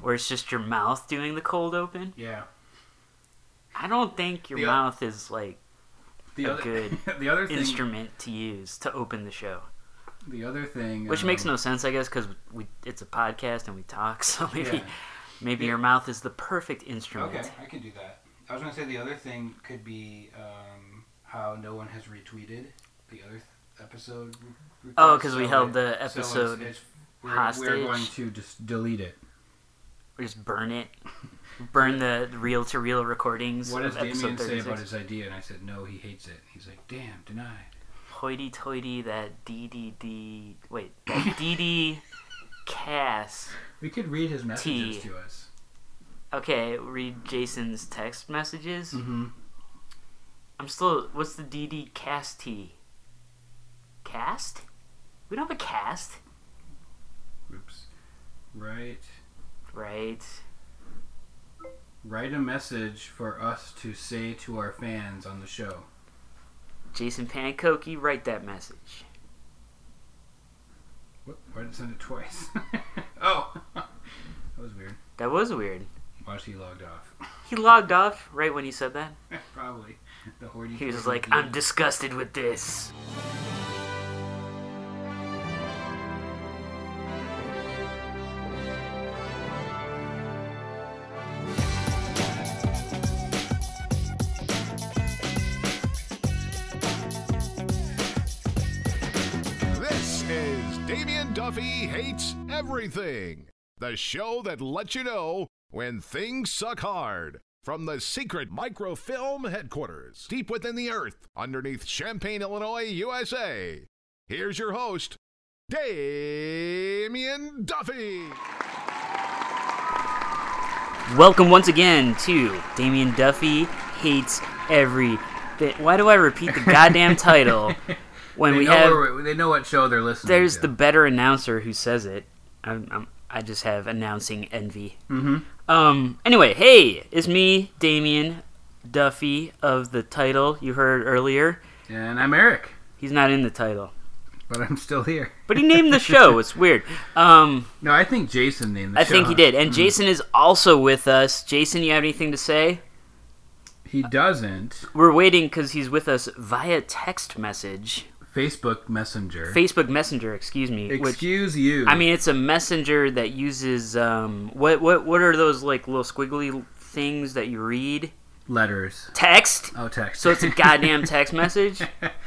where it's just your mouth doing the cold open. Yeah. I don't think your The o- mouth is like The A other Oh, good the other thing instrument to use to open the show, the other thing which makes um, no sense, I guess, because we it's a podcast and we talk, so maybe yeah. maybe Yeah. your mouth is the perfect instrument. Okay, I can do that. I was gonna say the other thing could be um, how no one has retweeted the other th- episode. re- Oh, request, 'cause we so held it- the so it's- episode it's- we're, hostage. We're going to just delete it. We just burn it, burn the reel to reel recordings What does of episode Damien say thirty about six. his idea? And I said no, he hates it. He's like, damn, denied. Hoity toity, that DDD. Wait, that DD cast. We could read his messages Tea. to us. Okay, read Jason's text messages. Mm-hmm. I'm still. What's the DD cast T? Cast? We don't have a cast, Oops. Right. right? Write a message for us to say to our fans on the show. Jason Pancoki, write that message. What? Why did it send it twice? oh, that was weird. That was weird. Watch, he logged off. He logged off right when you said that. Probably. The hoardy. He was just like, I'm disgusted with this. This is Damien Duffy Hates Everything, the show that lets you know when things suck hard. From the secret microfilm headquarters, deep within the earth, underneath Champaign, Illinois, USA. Here's your host, Damien Duffy. Welcome once again to Damien Duffy Hates Every Bit. Why do I repeat the goddamn title when they we know have. where we- they know what show they're listening. There's to. the better announcer who says it. I'm, I'm, I just have announcing envy. Mhm. Um. Anyway, hey, it's me, Damien Duffy of the title you heard earlier. and I'm Eric, He's not in the title, but I'm still here. but he named the show. It's weird. Um. No, I think Jason named the I show. think he did. And Jason is also with us. Jason, you have anything to say? He doesn't. We're waiting because he's with us via text message, Facebook Messenger. Facebook Messenger, excuse me. which Excuse you. I mean, it's a messenger that uses um, what what what are those like little squiggly things that you read? letters. Text. Oh, text. So it's a goddamn text message.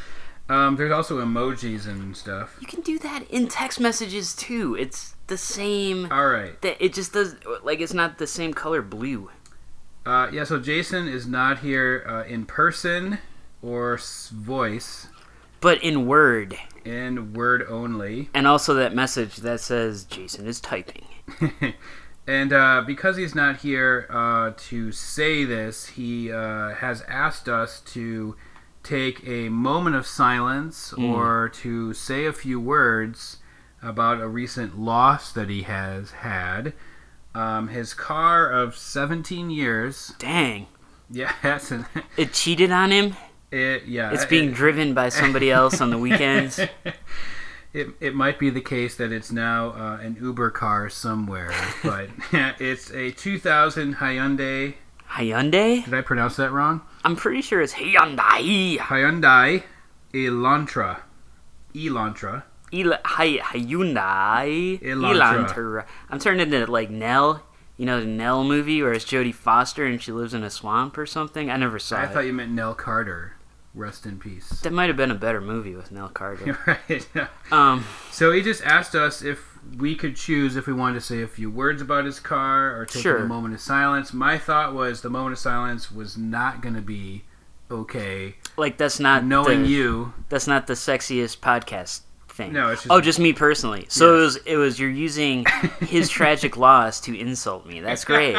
um, there's also emojis and stuff. You can do that in text messages too. It's the same. All right. That it just does like it's not the same color blue. Uh, yeah. So Jason is not here uh, in person or s- voice But in Word, in word only. and also that message that says Jason is typing. and uh, because he's not here uh, to say this, he uh, has asked us to take a moment of silence Hmm. or to say a few words about a recent loss that he has had. Um, his car of 17 years. Dang, Yeah, that's an, it cheated on him. it. Yeah, It's being driven by somebody else on the weekends. It, it might be the case that it's now uh, an Uber car somewhere, but it's a 2000 Hyundai. Hyundai. Did I pronounce that wrong? I'm pretty sure it's Hyundai. Hyundai Elantra. Elantra. El- Hy- Elantra. Hyundai Elantra. I'm turning into like Nell, you know the Nell movie where it's Jodie Foster and she lives in a swamp or something. I never saw I it. thought you meant Nell Carter. Rest in peace. that might have been a better movie with Nell Carter. right. um, So he just asked us if we could choose if we wanted to say a few words about his car or take Sure. a moment of silence. My thought was the moment of silence was not going to be okay. like that's not Knowing the, you, That's not the sexiest podcast thing. No, it's just- oh, just me personally. So it was. It was you're using his tragic loss to insult me. That's great.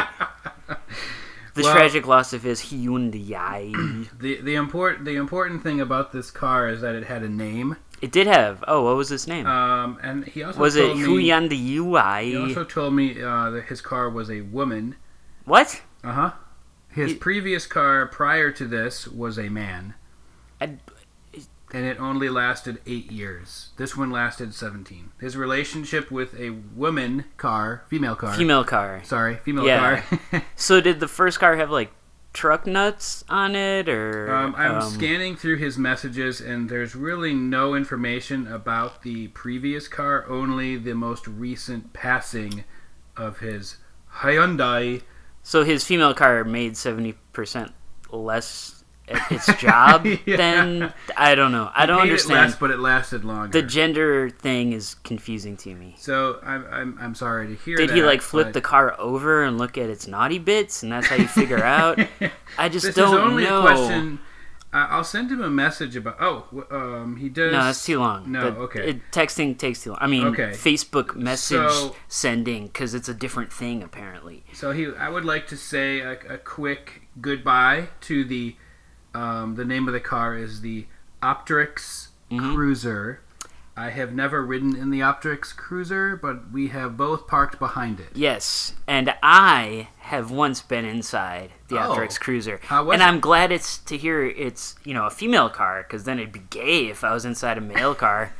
The Well- tragic loss of his Hyundai. the the important the important thing about this car is that it had a name. it did have. Oh, what was his name? Um, and he also was it told me, Hyundai? he also told me uh, that his car was a woman. What? Uh huh. His He- previous car prior to this was a man. and it only lasted eight years. This one lasted 17. His relationship with a woman car, female car. Female car. Sorry, female Yeah. car. So did the first car have like truck nuts on it or? um, I'm um, scanning through his messages, and there's really no information about the previous car, only the most recent passing of his Hyundai. So his female car made seventy percent less at its job Yeah. than I don't know. I don't Paid it understand. less, but it lasted longer. the gender thing is confusing to me. so I'm, I'm, I'm sorry to hear Did that. he like flip but the car over and look at its naughty bits, and that's how you figure out? I just This don't is only know. a question. I- I'll send him a message about. Oh, w- um, he does. No, that's too long. No, The- okay. It, texting takes too long. I mean, Okay. Facebook message So- sending because it's a different thing apparently. So he, I would like to say a, a quick goodbye to the. Um, the name of the car is the Optrix Mm-hmm. Cruiser. I have never ridden in the Optrix Cruiser, but we have both parked behind it. Yes, and I have once been inside the Oh. Optrix Cruiser, How was and it? I'm glad it's to hear it's you know a female car because then it'd be gay if I was inside a male car.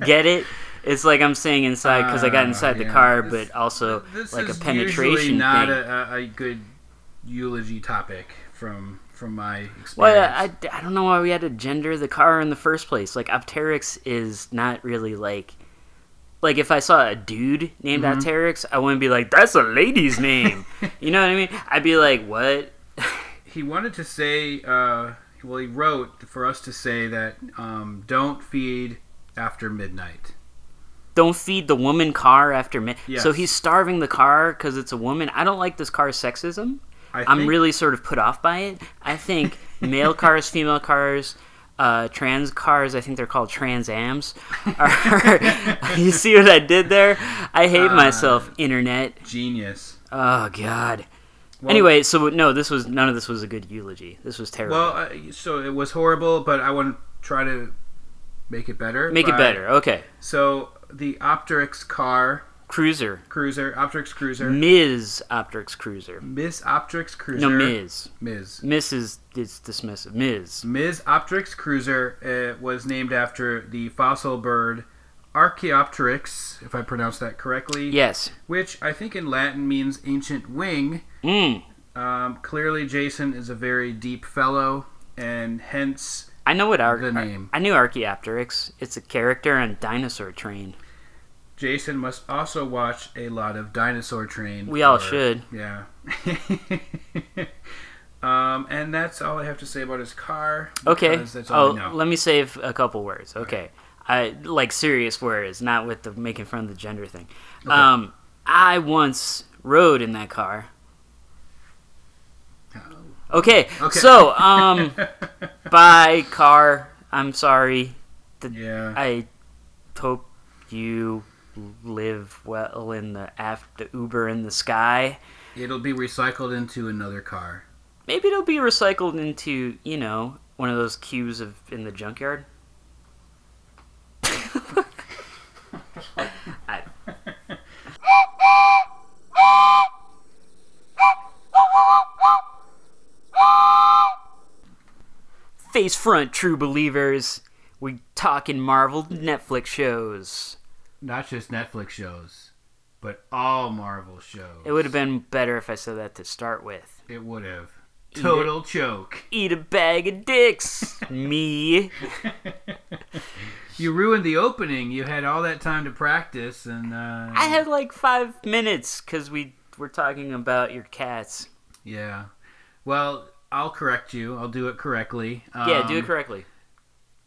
Get it? It's like I'm saying inside because I got Ah, inside the yeah. car, This- but also This like a is penetration usually not thing. A, a, a good eulogy topic from from my experience. Well, I, I don't know why we had to gender the car in the first place. Like, Opteryx is not really like. Like, if I saw a dude named Opteryx, I wouldn't be like, that's a lady's name. you know what I mean? I'd be like, what? he wanted to say, uh, well, he wrote for us to say that um, don't feed after midnight. Don't feed the woman car after me. So Yes. he's starving the car because it's a woman. I don't like this car's sexism. I I'm think- really sort of put off by it. I think male cars, female cars, uh, trans cars, I think they're called trans ams. Are, you see what I did there? I hate Uh. myself, internet. genius. Oh, God. anyway, so no, this was none of this was a good eulogy. This was terrible. Well, uh, so it was horrible, but I want to try to make it better. Make it by- better. Okay. So the Optrix car Cruiser. cruiser, Optrix cruiser, Ms. Optrix Cruiser. Miss Optrix cruiser, No, Ms. Ms. Miss is it's dismissive. Ms. Ms. Optrix Cruiser uh, was named after the fossil bird Archaeopteryx, if I pronounce that correctly. Yes. which I think in Latin means ancient wing. Mm. Um, clearly, Jason is a very deep fellow, and hence I know what Ar- The name. I knew Archaeopteryx. It's a character on Dinosaur Train. Jason must also watch a lot of Dinosaur Train. We all should. Yeah. um, and that's all I have to say about his car. Okay. because That's all I Oh, know. let me save a couple words. Okay. I like serious words, not with the making fun of the gender thing. Um, I once rode in that car. Okay. Oh. Okay. So, um, by car, I'm sorry. yeah. I hope you live well in the after Uber in the sky. It'll be recycled into another car. Maybe it'll be recycled into, you know, one of those cubes of in the junkyard. I- Face front, true believers. We talking Marvel Netflix shows. Not just Netflix shows, but all Marvel shows. It would have been better if I said that to start with. It would have. Total choke. Eat a bag of dicks, me. You ruined the opening. You had all that time to practice, and uh, I had like five minutes because we were talking about your cats. yeah. Well, I'll correct you. I'll do it correctly. Um, Yeah, do it correctly.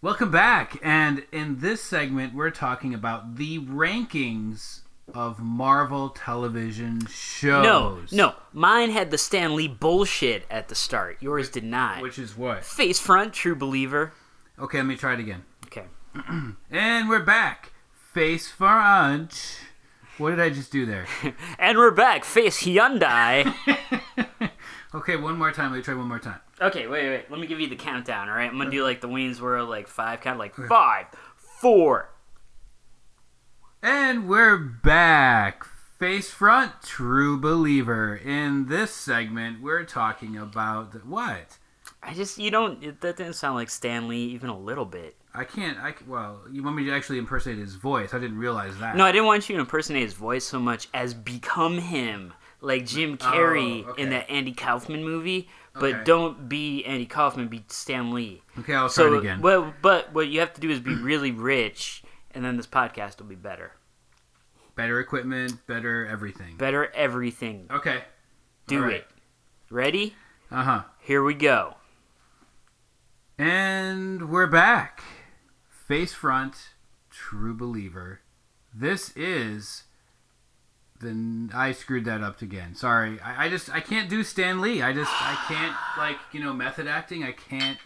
Welcome back, and in this segment, we're talking about the rankings of Marvel television No, shows. no. Mine had the Stan Lee bullshit at the start. Yours did not. Which is what? Face front, true believer. Okay, let me try it again. Okay. And we're back. Face front. What did I just do there? And we're back. Face Hyundai. Okay, one more time. Let me try one more time. okay, wait, wait. Let me give you the countdown, all right? I'm going to do like the Wayne's World, like five, count, like five, four. And we're back. Face front, true believer. In this segment, we're talking about what? I just, you don't, it, that didn't sound like Stan Lee even a little bit. I can't. I c- well, you want me to actually impersonate his voice? I didn't realize that. No, I didn't want you to impersonate his voice so much as become him, like Jim Carrey Oh, okay. in that Andy Kaufman movie. But Okay. don't be Andy Kaufman, be Stan Lee. Okay, I'll try so, it again. Well, but what you have to do is be really rich, and then this podcast will be better. Better equipment, better everything. Better everything. Okay. Do All right. it. Ready? Uh huh. Here we go. And we're back. Face front, true believer. This is then I screwed that up again. Sorry. I, I just I can't do Stan Lee. I just I can't like, you know, method acting. I can't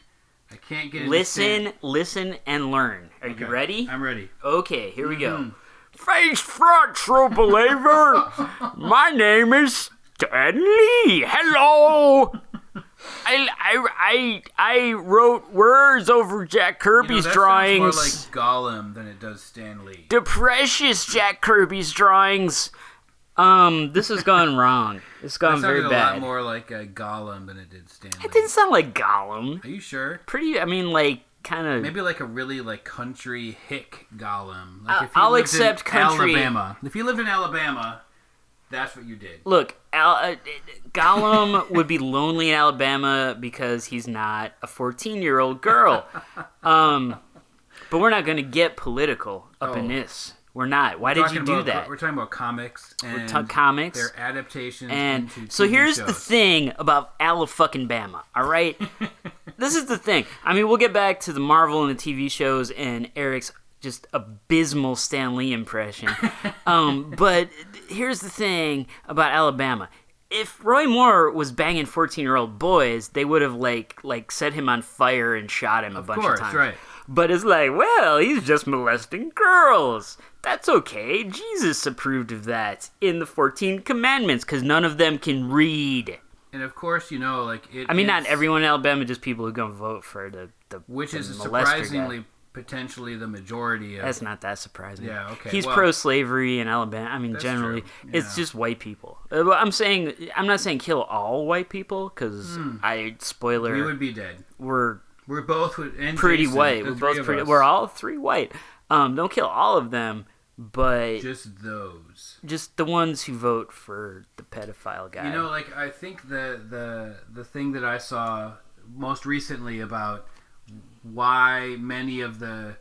I can't get into Stan- Listen, listen, and learn. Are you Okay, ready? I'm ready. Okay, here we Mm-hmm. go. Face front, true believer. My name is Stan Lee. Hello. I, I, I, I wrote words over Jack You know, Kirby's that sounds more drawings. like Gollum than it does Stan Lee. The precious Jack Kirby's drawings. Um, this has gone wrong. It's That gone sounded very a bad. lot more like uh, Gollum than it did Stan Lee. It didn't sound like Gollum. Are you sure? Pretty, I mean, like, kind of. Maybe like a really like country hick Gollum. Like I- if you I'll lived accept in country. Alabama. If you lived in Alabama, that's what you did. Look, Al- uh, Gollum would be lonely in Alabama because he's not a 14 year old girl. Um, but we're not going to get political up in Oh. this. We're not. Why did Talking you do about- that? We're talking about comics and Tuck comics. their adaptations. And into so TV here's shows. the thing about Alabama, all right? this is the thing. I mean, we'll get back to the Marvel and the TV shows and Eric's just abysmal Stan Lee impression. um, but here's the thing about Alabama. If Roy Moore was banging 14-year-old boys, they would have like like set him on fire and shot him a bunch course, of times. right. But it's like, well, he's just molesting girls. That's okay. Jesus approved of that in the 14 commandments cuz none of them can read. And of course, you know, like it I mean, not is- everyone in Alabama, just people who going to vote for the the which the is molester guy. surprisingly potentially the majority of. That's not that surprising. Yeah, okay, He's well- pro-slavery in Alabama. I mean, generally, true, it's yeah. just white people. Uh, well, I'm saying I'm not saying kill all white people because I spoiler Hmm. we would be dead. we're We're both would- and pretty Jason, white. the We're three both of pretty. us. We're all three white. Um, don't kill all of them, but just, just those. the ones who vote for the pedophile guy. You know, like I think the the the thing that I saw most recently about why many of the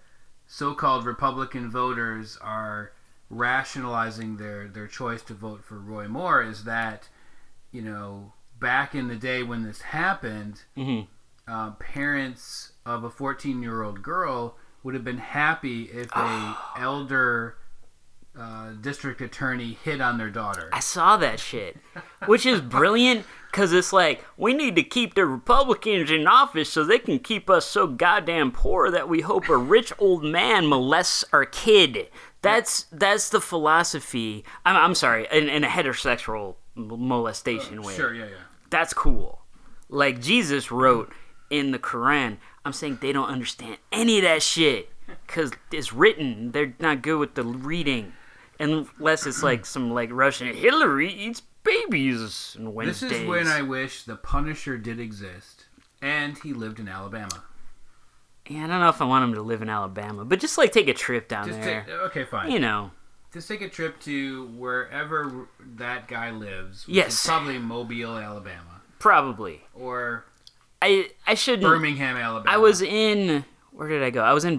so-called Republican voters are rationalizing their their choice to vote for Roy Moore is that you know back in the day when this happened, Mhm. uh, parents of a 14-year-old girl would have been happy if a elder uh, district attorney hit on their daughter. I saw that shit, which is brilliant because it's like we need to keep the Republicans in office so they can keep us so goddamn poor that we hope a rich old man molests our kid. That's that's the philosophy. I'm, I'm sorry, in, in a heterosexual m- molestation way. Sure, yeah, yeah. That's cool. Like Jesus wrote in the Quran. I'm saying they don't understand any of that shit because it's written. They're not good with the reading, unless it's like some like Russian Hillary eats babies on This Wednesdays. is when I wish the Punisher did exist, and he lived in Alabama. Yeah, I don't know if I want him to live in Alabama, but just like take a trip down Just there. take, okay, fine. you know, Just take a trip to wherever that guy lives. Which Yes. is probably Mobile, Alabama, probably. or I I shouldn't. Birmingham, Alabama. Hmm. I was in. Where did I go? I was in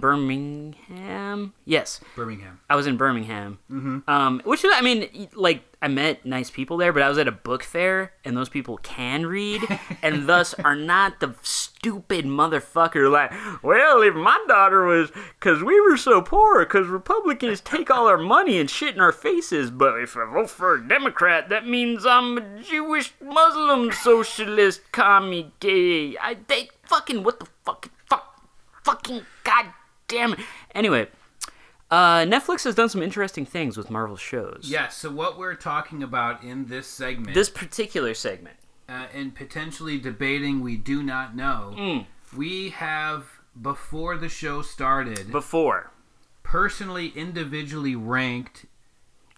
Birmingham. Yes. Birmingham. I was in Birmingham, mm-hmm. um, which is- I mean, like I met nice people there, but I was at a book fair, and those people can read, and thus are not the stupid motherfucker like, well, if my daughter was, because we were so poor, because Republicans take all our money and shit in our faces, but if I vote for a Democrat, that means I'm a Jewish Muslim socialist commie gay. I they fucking what the fuck, fuck, fucking goddamn it. Anyway. Uh, Netflix has done some interesting things with Marvel shows. Yeah. So what we're talking about in this segment, This particular segment. uh, and potentially debating, we do not know. Hmm. We have before the show started, Before. personally, individually ranked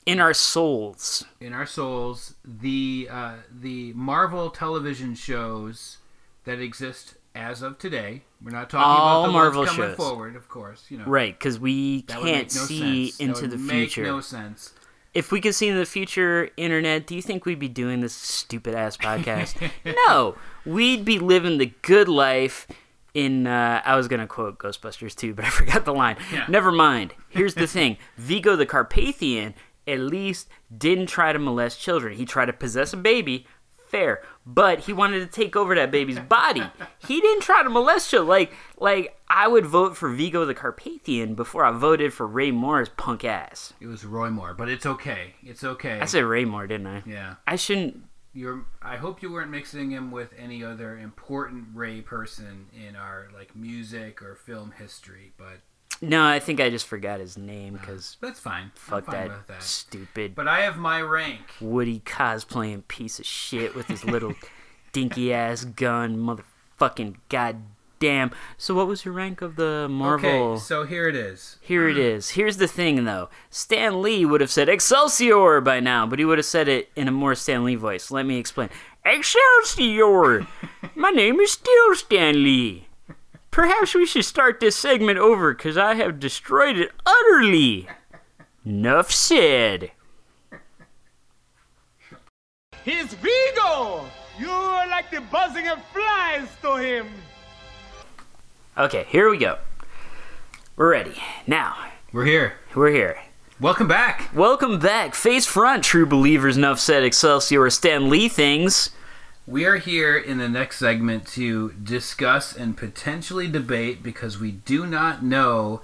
In our souls. in our souls the uh, the Marvel television shows that exist as of today. We're not talking All about the Marvel ones coming shows. forward, of course. You know, Right, because we That would can't make no see sense. into that would the make future. No sense. If we could see into the future, internet, do you think we'd be doing this stupid ass podcast? no, we'd be living the good life. In uh, I was gonna quote Ghostbusters too, but I forgot the line. Yeah. Never mind. Here's the thing: Vigo the Carpathian at least didn't try to molest children. He tried to possess a baby. Fair, but he wanted to take over that baby's body. He didn't try to molest you. Like, like I would vote for Vigo the Carpathian before I voted for Ray Moore's punk ass. It was Roy Moore, but it's okay. It's okay. I said Raymore, didn't I? yeah. I shouldn't. You're. I hope you weren't mixing him with any other important Ray person in our like music or film history, but No, I think I just forgot his name because that's fine. Uh, I'm fuck fine that, with that. stupid But I have my rank. Woody cosplaying piece of shit with his little dinky ass gun, motherfucking goddamn. So, what was your rank of the Marvel? Okay, so here it is. Here it is. Here's the thing, though. Stan Lee would have said Excelsior by now, but he would have said it in a more Stan Lee voice. Let me explain. Excelsior! My name is still Stan Lee. Perhaps we should start this segment over because I have destroyed it utterly. Nuff said. He's Vigo! You're like the buzzing of flies to him. Okay, here we go. We're ready. Now, We're here. we're here. Welcome back. Welcome back, face front, true believers. Nuff said Excelsior Stan Lee things. We are here in the next segment to discuss and potentially debate because we do not know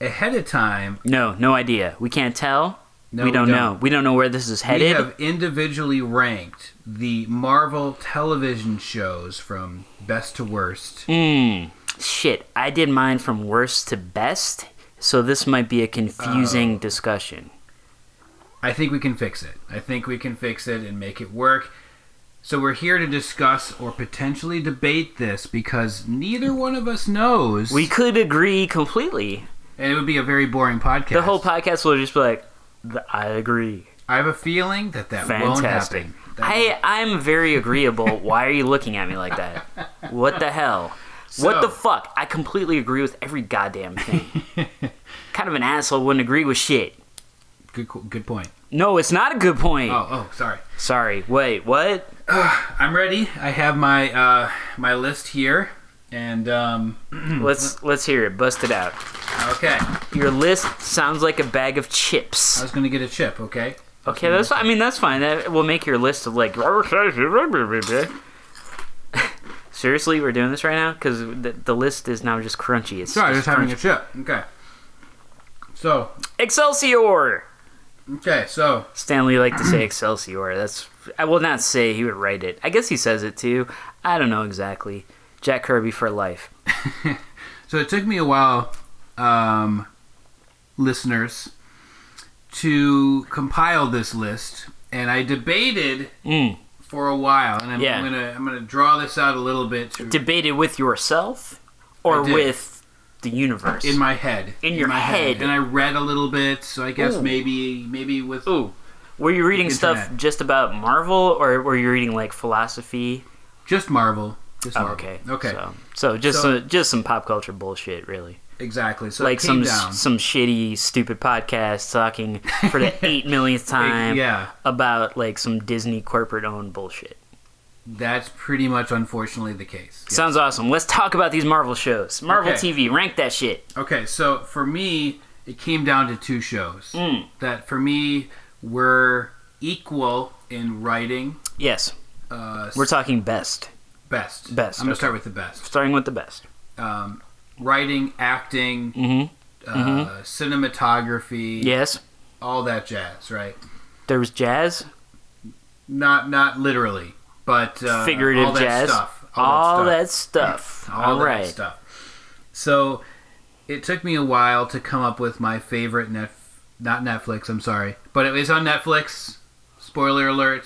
ahead of time. No, no idea. We can't tell. No, we, don't know. We don't know where this is We headed. have individually ranked the Marvel television shows from best to worst. Mm. Shit, I did mine from worst to best, so this might be a confusing Oh. discussion. I think we can fix it. I think we can fix it and make it work. So we're here to discuss or potentially debate this because neither one of us knows. We could agree completely. and it would be a very boring podcast. The whole podcast will just be like, "Th- I agree. I have a feeling that that won't Fantastic. happen. That won't- I, I'm very agreeable. Why are you looking at me like that? What the hell? what the So- fuck? I completely agree with every goddamn thing. kind of an asshole wouldn't agree with shit. good, co- good point. No, it's not a good point. Oh, oh, sorry. Sorry. Wait, what? I'm ready. I have my uh, my list here, and um, Let's let's hear it. Bust it out. okay, Your list sounds like a bag of chips. I was gonna get a chip. Okay, Okay, that's I mean that's fine. That will make your list of like. Seriously, we're doing this right now because the, the list is now just crunchy. It's sorry, I was just having crunchy. a chip. Okay, so Excelsior. okay, so Stanley liked to say Excelsior. That's I will not say he would write it. I guess he says it too. I don't know exactly. Jack Kirby for life. So it took me a while, um, listeners, to compile this list, and I debated Mm. for a while, and I'm, Yeah. I'm gonna I'm gonna draw this out a little bit to, Debated with yourself or I did. with the universe. in my head, In your my head. and I read a little bit, so I guess Ooh. maybe maybe with Ooh. Were you reading stuff Internet. just about Marvel, or were you reading like philosophy? just Marvel, just Oh, Marvel. okay, okay, So, so just So- some, just some pop culture bullshit, really. exactly. So like it came some down. some shitty, stupid podcast talking for the eight millionth time yeah, about like some Disney corporate owned bullshit. that's pretty much unfortunately the case. Yeah. Sounds awesome. Let's talk about these Marvel shows. Marvel Okay. TV, rank that shit. Okay, so for me, it came down to two shows Mm. that for me were equal in writing. Yes, Uh, we're talking best, best. best, I'm gonna okay. start with the best. starting with the best. Um, writing, acting, Mm-hmm. uh, cinematography, Yes, all that jazz. Right? there was jazz, Not not literally, but uh, figurative all that jazz, stuff. all that. that stuff. Stuff. all All that right. stuff. So it took me a while to come up with my favorite net, not Netflix. I'm sorry, but it was on Netflix. Spoiler alert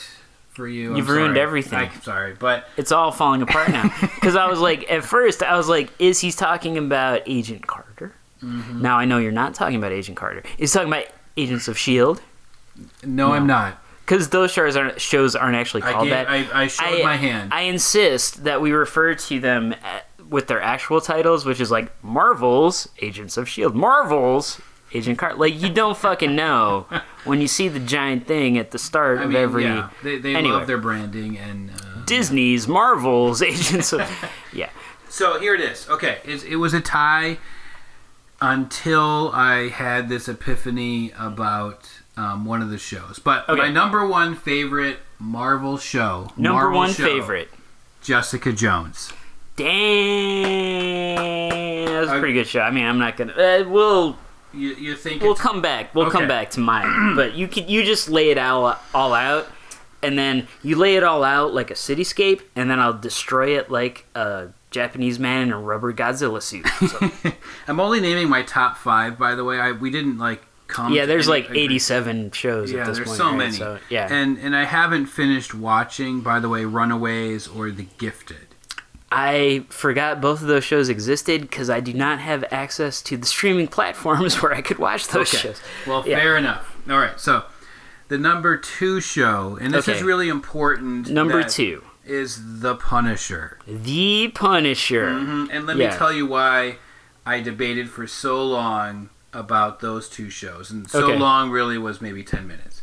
for you. I'm You've ruined sorry. everything. I'm sorry, but it's all falling apart now. Because I was like, at first, I was like, is he's talking about Agent Carter? Mm-hmm. Now I know you're not talking about Agent Carter. He's talking about Agents of Shield. no, I'm not. Because those shows aren't shows aren't actually I called gave- that. I- I showed my hand. I insist that we refer to them a- with their actual titles, which is like Marvel's Agents of Shield, E Marvel's Agent Carter. Like you don't fucking know when you see the giant thing at the start I of mean, every. yeah, they, they anyway. love their branding and. Uh, Disney's Marvel's Agents of yeah. so here it is. Okay, it's, it was a tie until I had this epiphany about um, one of the shows. But Okay. my number one favorite Marvel show, Number Marvel one show, favorite. Jessica Jones. Damn, that was a pretty good show. I mean, I'm not gonna. Uh, we'll You, you think we'll it's- come back. We'll come Okay. back to mine. but you could you just lay it all all out, and then you lay it all out like a cityscape, and then I'll destroy it like a Japanese man in a rubber Godzilla suit. So, I'm only naming my top five, by the way. I we didn't like come. yeah, to there's any like agreement. 87 shows Yeah, at this there's point. so right? many. So, yeah, and and I haven't finished watching, by the way, Runaways or The Gifted. I forgot both of those shows existed because I do not have access to the streaming platforms where I could watch those shows. Well, Yeah. fair enough. All right, so the number two show, and this is Okay. really important. Number that two, is The Punisher, The Punisher. Mhm, and let Yeah. me tell you why I debated for so long about those two shows, and so Okay. long really was maybe ten minutes.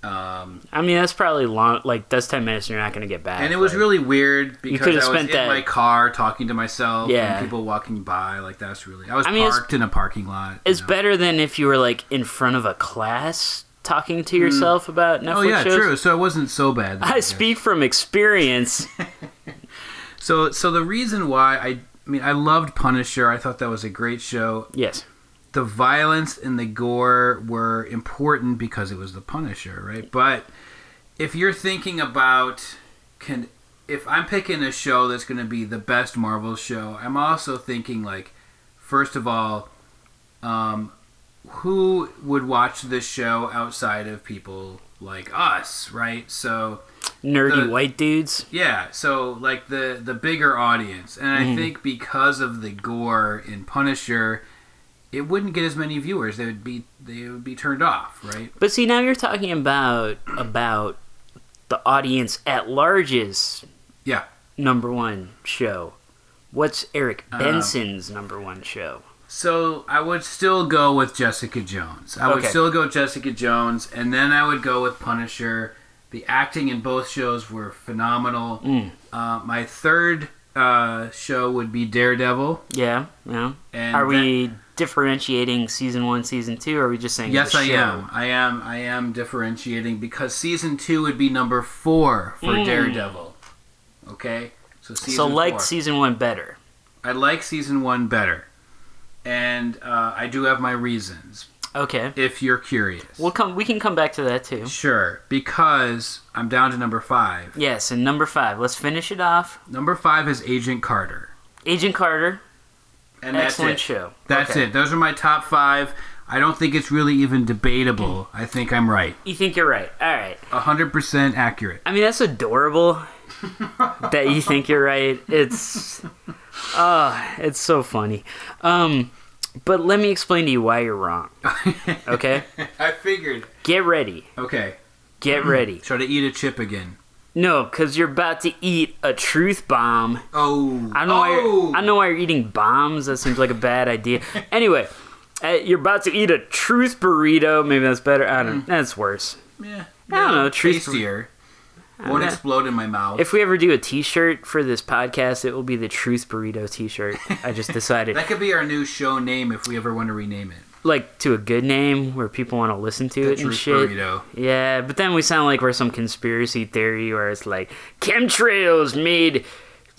Um, I mean, that's probably long. Like that's 10 minutes, and you're not gonna get back. and it was like- really weird because I could've was spent in that- my car talking to myself Yeah. and people walking by. Like that's really. I was I mean, it's- parked in a parking lot. you It's know. better than if you were like in front of a class talking to yourself about Netflix Hmm. Oh yeah, shows. true. So it wasn't so bad. I speak from experience. So so the reason why I, I mean I loved Punisher. I thought that was a great show. yes. The violence and the gore were important because it was the Punisher, right? But if you're thinking about can if I'm picking a show that's going to be the best Marvel show, I'm also thinking like first of all um who would watch this show outside of people like us, right? So Nerdy The- white dudes. yeah, so like the the bigger audience, and Mm-hmm. I think because of the gore in Punisher, it wouldn't get as many viewers. They would be they would be turned off, right? But see, now you're talking about about the audience at large's Yeah. number one show. What's Eric Oh. Benson's number one show? So I would still go with Jessica Jones. I would Okay. still go Jessica Jones, and then I would go with Punisher. The acting in both shows were phenomenal. Mm. Uh, my third uh, show would be Daredevil. Yeah, yeah. And Are that- we differentiating season one, season two? Or are we just saying? Yes, the I show? am. I am. I am differentiating because season two would be number four for Daredevil. Okay, so season So like four. season one better. I like season one better, and uh, I do have my reasons. Okay, If you're curious, we'll come. We can come back to that too. sure. Because I'm down to number five. Yes, and number five. Let's finish it off. Number five is Agent Carter, Agent Carter, and excellent that's it. show. That's Okay. it. Those are my top five. I don't think it's really even debatable. I think I'm right. You think you're right? All right. 100% accurate. I mean, that's adorable. that you think you're right. It's, uh, it's so funny. Um, but let me explain to you why you're wrong. Okay, I figured. get ready. Okay. Get Mm-hmm. ready. Try to eat a chip again. No, because you're about to eat a truth bomb. Oh, I don't know. Why oh. you're, I don't know why you're eating bombs. That seems like a bad idea. Anyway, uh, you're about to eat a truth burrito. Maybe that's better. I don't. Mm. That's worse. Yeah, don't know, treats- Tastier. Won't know. explode in my mouth. If we ever do a T-shirt for this podcast, it will be the truth burrito T-shirt. I just decided, that could be our new show name if we ever want to rename it. like, to a good name where people want to listen to The it and Truth shit. Burrito. Yeah, but then we sound like we're some conspiracy theory where it's like chemtrails made.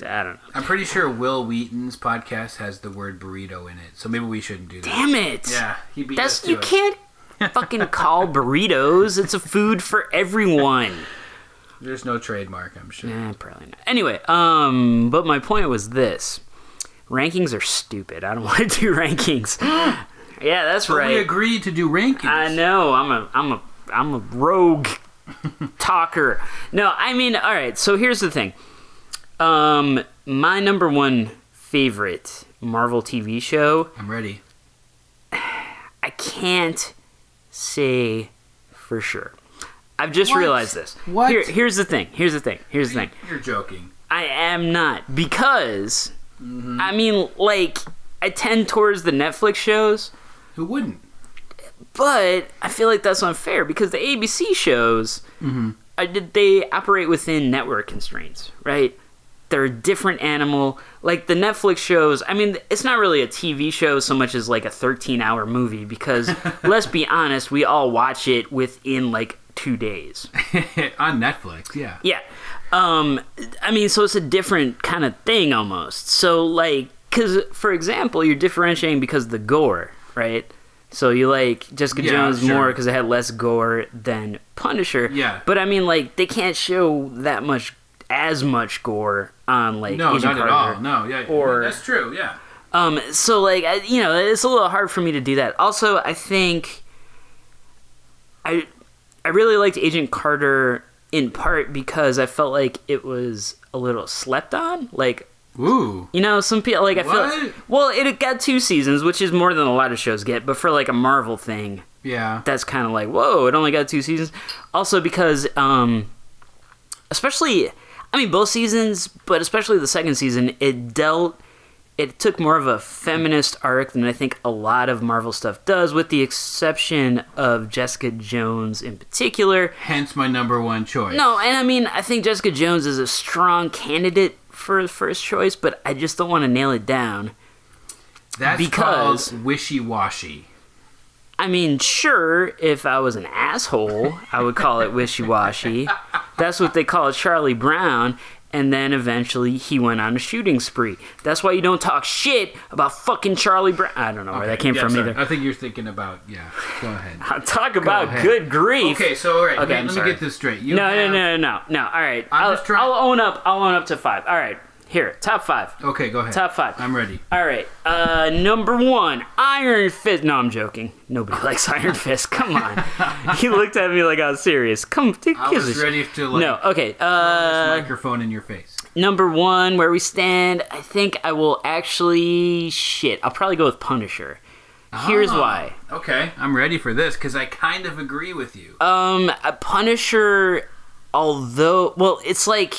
I don't know. I'm pretty sure Will Wheaton's podcast has the word burrito in it, so maybe we shouldn't do that. Damn it! Yeah, he beat us That's to you it. can't fucking call burritos. It's a food for everyone. There's no trademark, I'm sure. Eh, probably not. Anyway, um, but my point was this: rankings are stupid. I don't want to do rankings. yeah, that's But right. We agreed to do rankings. I know. I'm a I'm a I'm a rogue talker. No, I mean, all right. So here's the thing. Um, my number one favorite Marvel TV show I'm ready. I can't say for sure. I've just What? realized this. What? Here, here's the thing. Here's the thing. Here's the thing. You're joking. I am not because Mm-hmm. I mean, like, I tend towards the Netflix shows, Who wouldn't? but I feel like that's unfair because the ABC shows, I did they operate within network constraints, right? They're a different animal. Like the Netflix shows, I mean, it's not really a TV show so much as like a 13 hour movie because let's be honest, we all watch it within like two days. On Netflix, yeah. Yeah. Um, I mean, so it's a different kind of thing almost. So, like, because, for example, you're differentiating because of the gore, right? So you like Jessica Yeah, Jones sure. more because it had less gore than Punisher. Yeah. But I mean, like, they can't show that much, as much gore on, like, No, Agent not at Carter. all. No, yeah. Or- that's true, yeah. Um, so like I, you know, it's a little hard for me to do that. Also, I think I I really liked Agent Carter in part because I felt like it was a little slept on. Like Oooo. you know, some people like I feel What? well, it got two seasons, which is more than a lot of shows get. But for like a Marvel thing, Yeah. that's kind of like whoa it only got two seasons also because um especially i mean both seasons but especially the second season it dealt it took more of a feminist arc than i think a lot of marvel stuff does with the exception of jessica jones in particular Hence my number one choice. no and i mean i think jessica jones is a strong candidate for first choice but i just don't want to nail it down That's because- called wishy-washy. I mean, sure, if I was an asshole, I would call it wishy washy. That's what they call Charlie Brown. And then eventually he went on a shooting spree. That's why you don't talk shit about fucking Charlie Brown. I don't know where that came Yeah, from sorry. either. I think you're thinking about, yeah. Go ahead. Talk about ahead. good grief. Okay, so all right, Okay, let, I'm me- let sorry. me get this straight. You No, no, have- no, no, no, no. All right. I'm I'll, just trying- I'll own up. I'll own up to five. All right. Here, top five. Okay, go ahead. Top five. I'm ready. All right. Uh, number one, Iron Fist. No, I'm joking. Nobody likes Iron Fist. Come on. he looked at me like I was serious. Come, take I was ready to like No. Okay. this Uh, microphone in your face. number one, where we stand. I think I will actually shit. I'll probably go with Punisher. Here's Ah. why. Okay, I'm ready for this because I kind of agree with you. Um, a Punisher, although, well, it's like,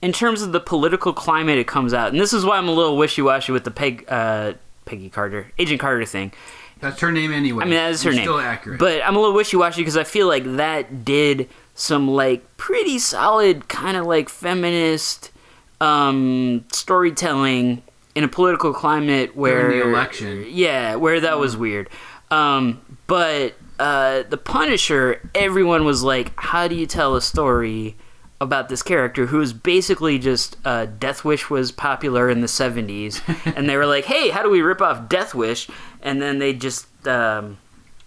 in terms of the political climate it comes out, and this is why I'm a little wishy washy with the Peg, uh, Peggy Carter, Agent Carter thing. That's her name anyway. I mean, that is her You're name. Still accurate. But I'm a little wishy washy because I feel like that did some, like, pretty solid kind of like feminist um, storytelling in a political climate where. During the election. Yeah, where that was weird. Um, but uh, The Punisher, everyone was like, how do you tell a story? About this character who is basically just uh, Death Wish was popular in the 70s, and they were like, hey, how do we rip off Death Wish? And then they just um,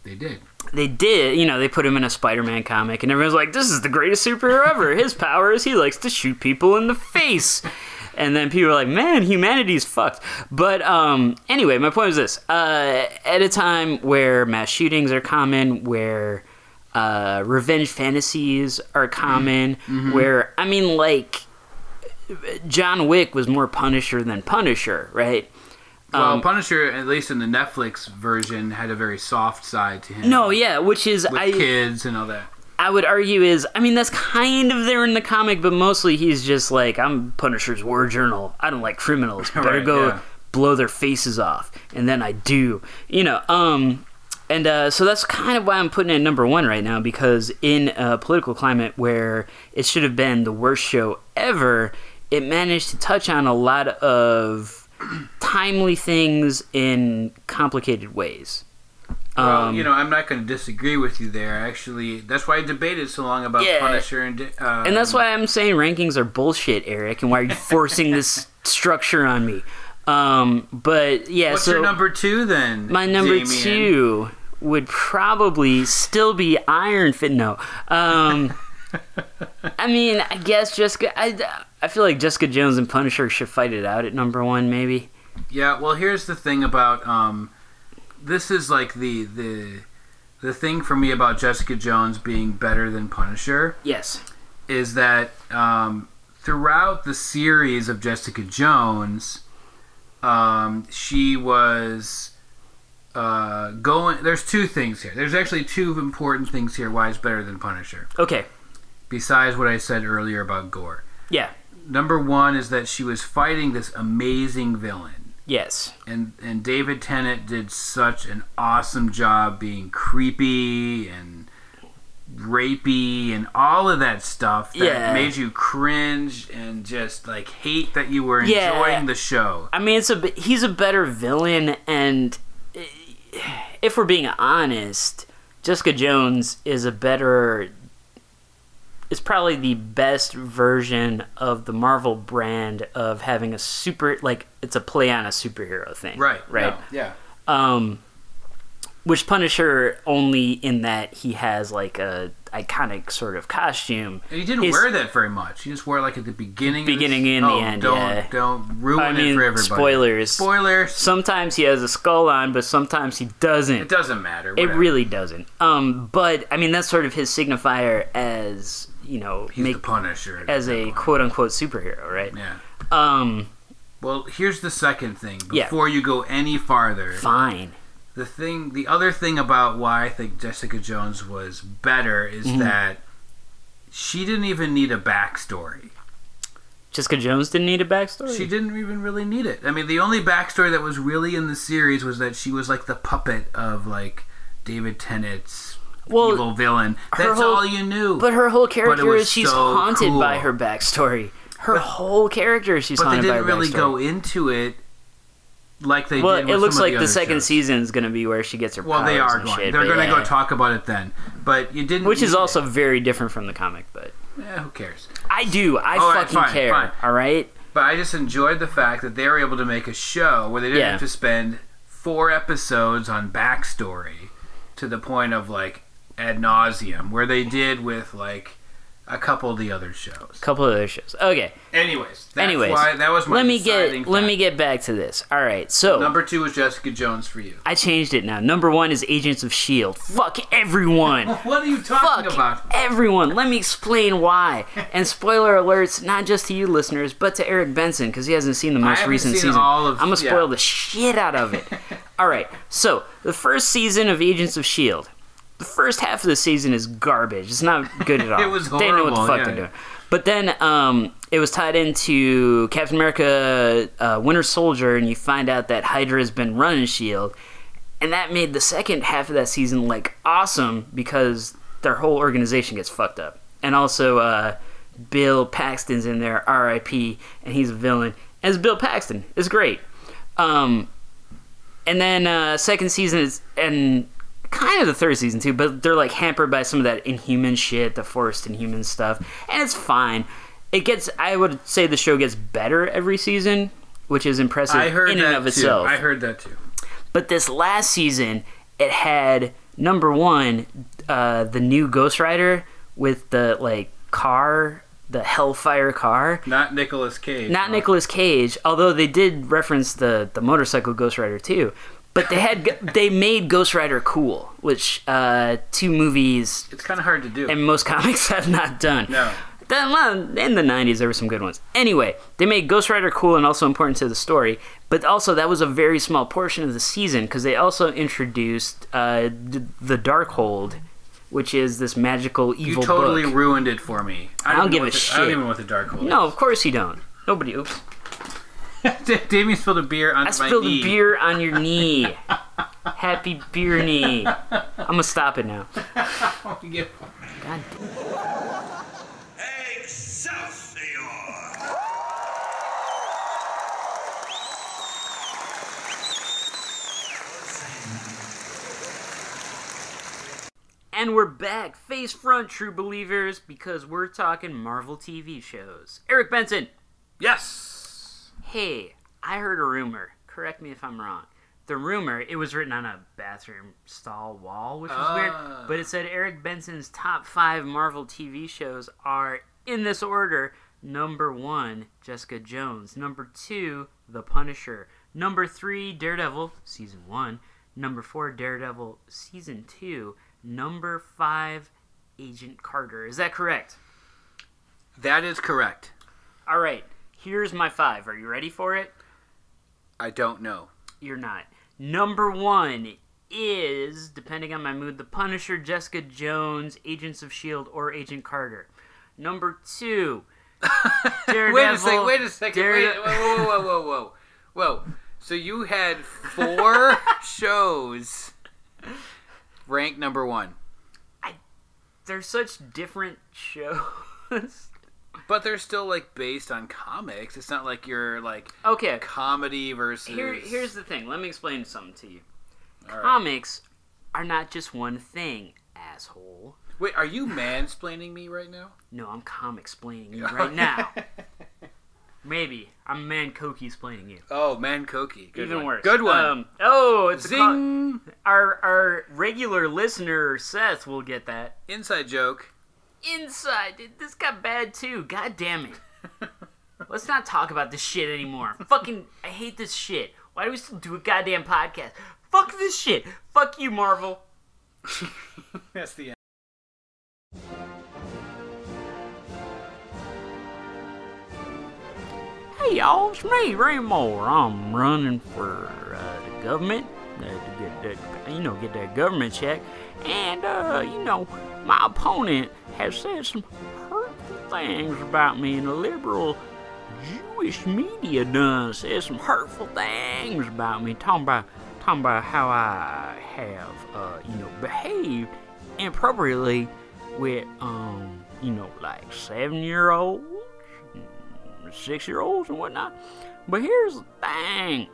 they did. they did, you know, they put him in a Spider-Man comic, and everyone's like, "This is the greatest superhero ever. His power is he likes to shoot people in the face." And then people are like, "Man, humanity's fucked." But um, anyway, my point is this: uh, at a time where mass shootings are common, where uh, revenge fantasies are common, Mm-hmm. where I mean, like John Wick was more Punisher than Punisher, right? Well, Um, Punisher, at least in the Netflix version, had a very soft side to him. No, yeah, which is with I. kids and all that. I would argue is, I mean, that's kind of there in the comic, but mostly he's just like, I'm Punisher's war journal. I don't like criminals. Better Right, go yeah. blow their faces off, and then I do. You know, um, and uh, so that's kind of why I'm putting it at number one right now because in a political climate where it should have been the worst show ever, it managed to touch on a lot of timely things in complicated ways. Um, well, you know, I'm not going to disagree with you there. Actually, that's why I debated so long about Yeah. Punisher and. Uh, And that's why I'm saying rankings are bullshit, Eric. And why are you forcing this structure on me? Um, but yeah, What's so your number two then? my number Damien? two would probably still be Iron Fit. No, um, I mean, I guess Jessica. I, I feel like Jessica Jones and Punisher should fight it out at number one, maybe. Yeah, well, here's the thing about um, this is like the the the thing for me about Jessica Jones being better than Punisher Yes. is that um, throughout the series of Jessica Jones, um, she was uh, going. There's two things here. There's actually two important things here. Why it's better than Punisher, Okay. besides what I said earlier about gore. Yeah. number one is that she was fighting this amazing villain, Yes. and and David Tennant did such an awesome job being creepy and rapey and all of that stuff that Yeah. made you cringe and just like hate that you were enjoying Yeah. the show. I mean, it's a b- he's a better villain, and eh, if we're being honest, Jessica Jones is a better. Is probably the best version of the Marvel brand of having a super like it's a play on a superhero thing, Right. Right. no, yeah. Um, which Punisher only in that he has like a iconic sort of costume. And he didn't His- wear that very much. He just wore it like at the beginning. Beginning of this- and the Oh, end, Don't yeah. don't ruin I it mean, for everybody. spoilers. Spoilers. Sometimes he has a skull on, but sometimes he doesn't. It doesn't matter. It whatever. really doesn't. Um, but I mean, that's sort of his signifier as you know, He's make, the Punisher. as a quote unquote superhero, right? yeah. Um, Well, here's the second thing. Yeah. Before you go any farther, fine. the thing, the other thing about why I think Jessica Jones was better is Mm-hmm. that she didn't even need a backstory. Jessica Jones didn't need a backstory. She didn't even really need it. I mean, the only backstory that was really in the series was that she was like the puppet of like David Tennant's Well, evil villain. her That's whole- all you knew. but her whole character was is she's so haunted cool. by her backstory. Her But- whole character, is she's but they haunted by her didn't really backstory. go into it like they well, did. it with looks some of like the, other second shows. season is going to be where she gets her. Well, they powers are and going. shit, They're but going to yeah. go talk about it then. But you didn't. Which is need also it. very different from the comic, but Eh, who cares? I do. I All right, fucking fine, care. fine. All right. But I just enjoyed the fact that they were able to make a show where they didn't Yeah. have to spend four episodes on backstory to the point of like ad nauseum, where they did with like a couple of the other shows. couple of other shows. Okay. Anyways, that's Anyways, why that was my let me get deciding let me fact. get back to this. All right, so number two was Jessica Jones for you. I changed it now. Number one is Agents of Shield. E Fuck everyone. What are you talking Fuck about? everyone. Let me explain why. And spoiler alerts, not just to you listeners, but to Eric Benson because he hasn't seen the most haven't recent seen season. all of- I'm gonna spoil yeah. the shit out of it. all right, so the first season of Agents of Shield. E The first half of the season is garbage. It's not good at all. It was They know what the horrible, fuck yeah. they're doing. But then um, it was tied into Captain America uh, Winter Soldier, and you find out that Hydra has been running S.H.I.E.L.D. E And that made the second half of that season like awesome because their whole organization gets fucked up. And also, uh, Bill Paxton's in there, RIP, and he's a villain. As Bill Paxton, it's great. Um, and then uh, second season is and kind of the third season too, but they're like hampered by some of that inhuman shit, the forced inhuman stuff, and it's fine. It gets I would say the show gets better every season, which is impressive I heard in that and of too. itself. I heard that too. But this last season, it had number one, uh, the new Ghost Rider with the like car, the Hellfire car. Not Nicolas Cage. Not huh? Nicolas Cage, although they did reference the the motorcycle Ghost Rider too. But they had they made Ghost Rider cool, which uh, two movies It's kind of hard to do. and most comics have not done. No. Then, well, In the 90s, there were some good ones. Anyway, they made Ghost Rider cool and also important to the story, but also that was a very small portion of the season because they also introduced uh, d- the Darkhold, which is this magical you evil totally book. ruined it for me. I, don't even know give a what the- I don't shit. even know what the dark hole. no, of course you don't. Nobody. Oops. is. Damien spilled a beer on I my spilled knee. beer on your knee. Happy beer knee. I'm gonna stop it now. Yeah. God Excelsior! And we're back, face front, true believers, because we're talking Marvel TV shows. Eric Benson, Yes. hey, I heard a rumor. Correct me if I'm wrong. The rumor, it was written on a bathroom stall wall, which was weird, but it said Eric Benson's top five Marvel TV shows are in this order number one, Jessica Jones, number two, The Punisher, number three, Daredevil, season one, number four, Daredevil, season two, number five, Agent Carter. Is that correct? That is correct. All right, here's my five. Are you ready for it? I don't know. You're not. Number one is, depending on my mood, The E Punisher, Jessica Jones, Agents of S.H.I.E.L.D., or Agent Carter. Number two, Daredevil. Wait a second. Wait a second. Darede- Wait, whoa, whoa, whoa, whoa, whoa, whoa. So you had four shows ranked number one, They're such different shows. but they're still like based on comics. It's not like you're like okay. comedy versus. Here, here's the thing. Let me explain something to you. All right. Comics are not just one thing, asshole. Wait, are you mansplaining me right now? No, I'm comic explaining you right now. Maybe I'm man cokey explaining you. Oh, man, Cokie. Good Even one. worse. Good one. Um, oh, it's a co- Zing. our our regular listener Seth will get that. Inside joke. Inside, dude, this got bad too. God damn it. Let's not talk about this shit anymore. Fucking, I hate this shit. Why do we still do a goddamn podcast? Fuck this shit. Fuck you, Marvel. That's the end. Hey y'all, it's me, Ray Moore. I'm running for uh, the government uh, to get that, you know, get that government check. And uh, you know, my opponent has said some hurtful things about me, and the liberal Jewish media done said some hurtful things about me, talking about talking about how I have, uh, you know, behaved inappropriately with, um, you know, like seven-year-olds six year olds and whatnot. But here's the thing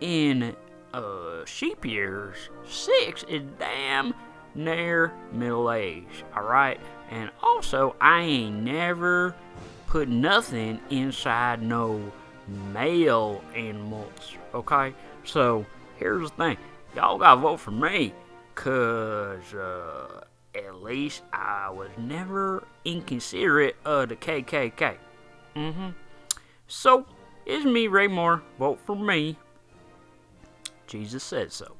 in uh, sheep years, six is damn near middle age, alright? And also, I ain't never put nothing inside no male animals, okay? So, here's the thing y'all gotta vote for me, cause, uh, at least I was never inconsiderate of the KKK. hmm. So, it's me, Ray Moore. Vote for me. Jesus said so.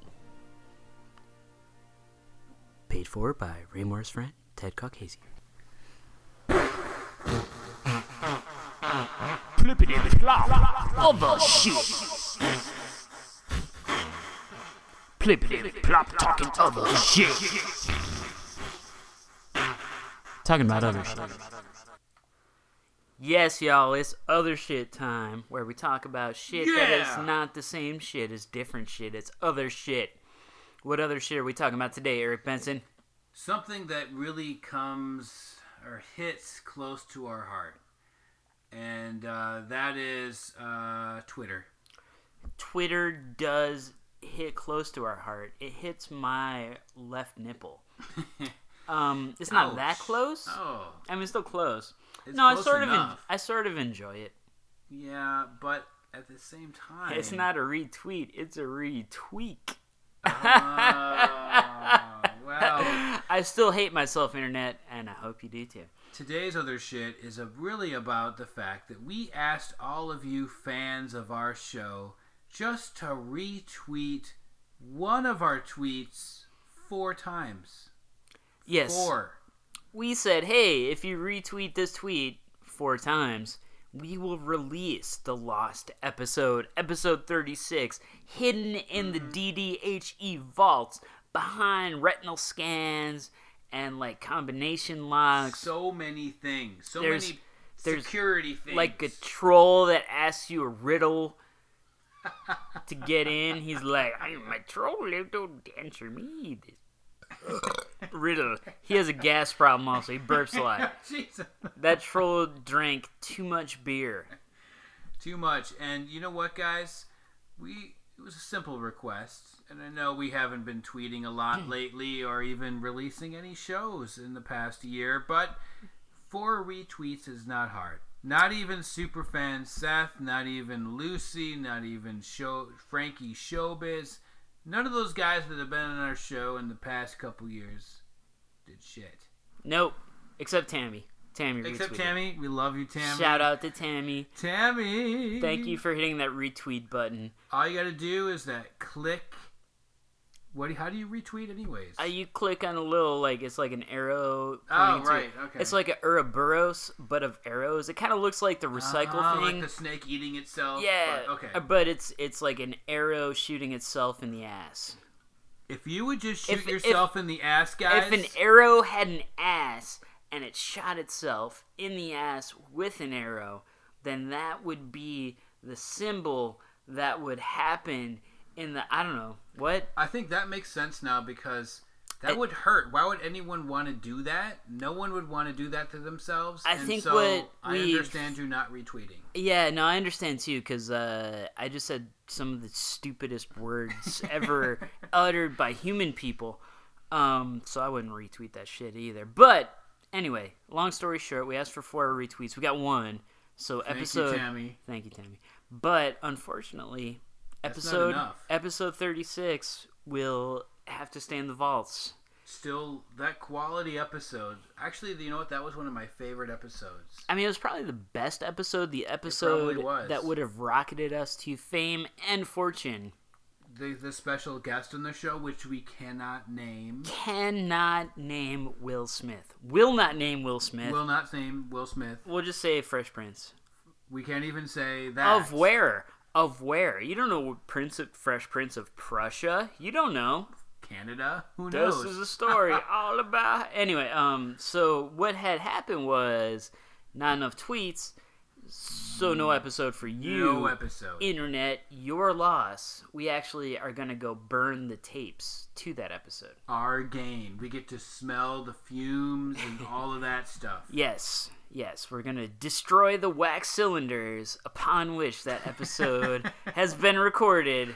Paid for by Ray Moore's friend, Ted Caucasian. Other shit. Plippity plop talking other shit. Talking about other shit. Yes, y'all, it's other shit time where we talk about shit that Yeah. is not the same shit, it's different shit, it's other shit. What other shit are we talking about today, Eric Benson? something that really comes or hits close to our heart, and uh, that is uh, Twitter. Twitter does hit close to our heart. It hits my left nipple. um, it's not that Ouch. close. Oh, I mean, it's still close. It's no, I close sort of, en- enough. I sort of enjoy it. yeah, but at the same time, It's not a retweet. It's a retweak. Oh, well, I still hate myself, internet, and I hope you do too. today's other shit is a, really about the fact that we asked all of you fans of our show just to retweet one of our tweets four times. Yes, Four. we said, hey, if you retweet this tweet four times, we will release the lost episode, episode 36, hidden in the DDHE E vaults behind retinal scans and like combination locks. so many things. So There's- many there's security things. like a troll that asks you a riddle to get in. He's like, I'm a troll, you don't answer me this riddle. He has a gas problem also. He burps a lot. Jesus. That troll drank too much beer. Too much. And you know what, guys? We it was a simple request, and I know we haven't been tweeting a lot lately or even releasing any shows in the past year, but four retweets is not hard. Not even superfan Seth, not even Lucy, not even show Frankie Showbiz. None of those guys that have been on our show in the past couple years did shit. Nope. Except Tammy. Tammy Except retweeted. Tammy, we love you, Tammy. Shout out to Tammy. Tammy. Thank you for hitting that retweet button. All you gotta do is that click. What? do- How do you retweet, anyways? Uh, you click on a little like it's like an arrow. Oh, pointing to- right, okay. It's like a Ouroboros, but of arrows. It kind of looks like the recycle Ah, like thing. the snake eating itself. yeah. But- okay. uh, But it's it's like an arrow shooting itself in the ass. If you would just shoot If- if- yourself in the ass, guys. If an arrow had an ass and it shot itself in the ass with an arrow, then that would be the symbol that would happen in the I don't know what I think that makes sense now because that It- would hurt. Why would anyone want to do that? No one would want to do that to themselves. I and think so what I we've- understand you not retweeting. Yeah, no, I understand too, because uh, I just said some of the stupidest words ever uttered by human people. Um, so I wouldn't retweet that shit either. But anyway, long story short, we asked for four retweets. We got one. So Thank episode. you, Tammy. Thank you, Tammy. But unfortunately, not episode enough. episode thirty six will have to stay in the vaults. Still, that quality episode. Actually, you know what? That was one of my favorite episodes. I mean, it was probably the best episode. The episode was. that would have rocketed us to fame and fortune. The, the special guest on the show, which we cannot name, cannot name Will Smith. Will not name Will Smith. will not name Will Smith. we'll just say Fresh Prince. We can't even say that. Of where? Of where? You don't know Prince of Fresh Prince of Prussia. You don't know. Canada? Who This knows? is a story all about. Anyway, um, so what had happened was not enough tweets, so no episode for you. Mm. no episode. Internet, your loss. We actually are gonna go burn the tapes to that episode. Our gain. We get to smell the fumes and all of that stuff. Yes, yes, we're gonna destroy the wax cylinders upon which that episode has been recorded.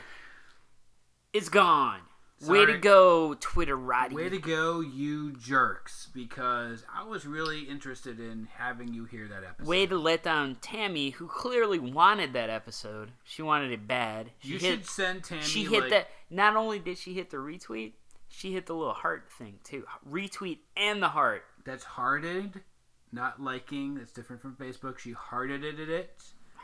It's gone. Way to Sorry. go, Twitterati. Way to go, you jerks! Because I was really interested in having you hear that episode. Way to let down Tammy, who clearly wanted that episode. She wanted it bad. She you hit, should send Tammy. She hit like, that. Not only did she hit the retweet, she hit the little heart thing too. Retweet and the heart. That's hearted, not liking. That's different from Facebook. She hearted it. it,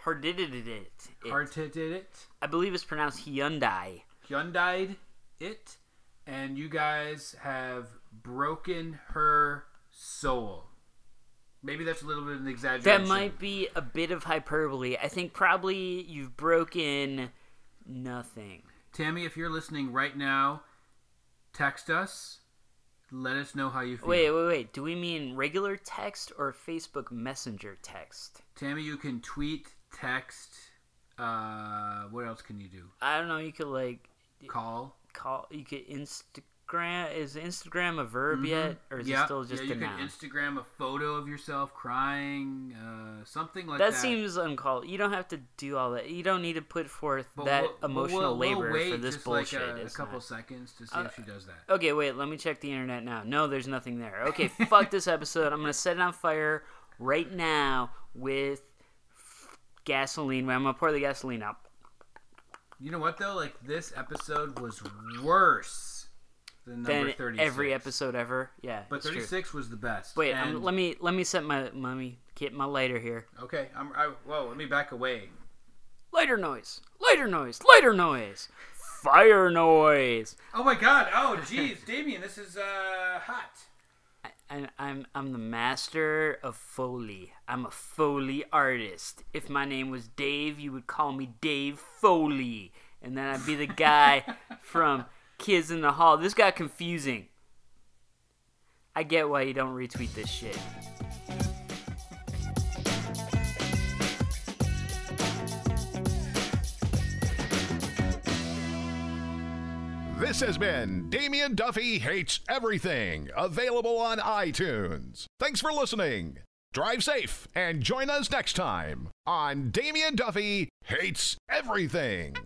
Hearted it. it. it. Hearted it. it. I believe it's pronounced Hyundai. Hyundai'd it, and you guys have broken her soul. Maybe that's a little bit of an exaggeration. That might be a bit of hyperbole. I think probably you've broken nothing. Tammy, if you're listening right now, text us. Let us know how you feel. Wait, wait, wait. Do we mean regular text or Facebook Messenger text? Tammy, you can tweet, text. Uh, what else can you do? I don't know. You could like Call. call. You could Instagram. Is Instagram a verb yet, or is Mm-hmm. yeah, it still just yeah. You a can noun? Instagram a photo of yourself crying, uh, something like that, that. seems uncalled. You don't have to do all that. You don't need to put forth But that we'll- but emotional we'll- we'll labor for wait this just bullshit. Like a, a It's couple not- Uh, seconds to see if she does that. Okay, wait, let me check the internet now. No, there's nothing there. Okay, fuck this episode. I'm going to set it on fire right now with gasoline. I'm going to pour the gasoline out. You know what though? Like this episode was worse than number Then thirty-six. every episode ever. Yeah. But it's true. thirty-six was the best. Wait, I'm- and- let me let me set my let me get my lighter here. Okay, I'm. I, whoa, let me back away. Lighter noise. Lighter noise. Lighter noise. Fire noise. Oh my god! Oh jeez, Damien, this is uh hot. I, I'm I'm the master of Foley. I'm a Foley artist. If my name was Dave, you would call me Dave Foley, and then I'd be the guy from Kids in the Hall. This got confusing. I get why you don't retweet this shit. This has been Damien Duffy Hates Everything, available on iTunes. Thanks for listening. Drive safe and join us next time on Damien Duffy Hates Everything.